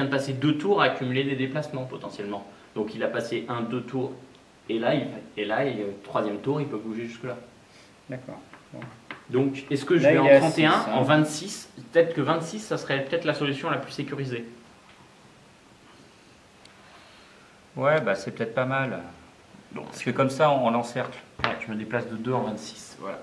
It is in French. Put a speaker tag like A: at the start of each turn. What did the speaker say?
A: vient de passer deux tours à accumuler des déplacements potentiellement. Donc il a passé un, deux tours, et là, il, et là, il- euh, troisième tour, il peut bouger jusque-là.
B: D'accord.
A: Donc, est-ce que je
B: Là,
A: vais
B: il
A: en
B: est à
A: 31,
B: six, hein.
A: en 26 Peut-être que 26, ça serait peut-être la solution la plus sécurisée.
C: Ouais, bah c'est peut-être pas mal.
A: Donc,
C: Parce que comme ça, on, on l'encercle.
A: je me déplace de 2 en 26. Voilà.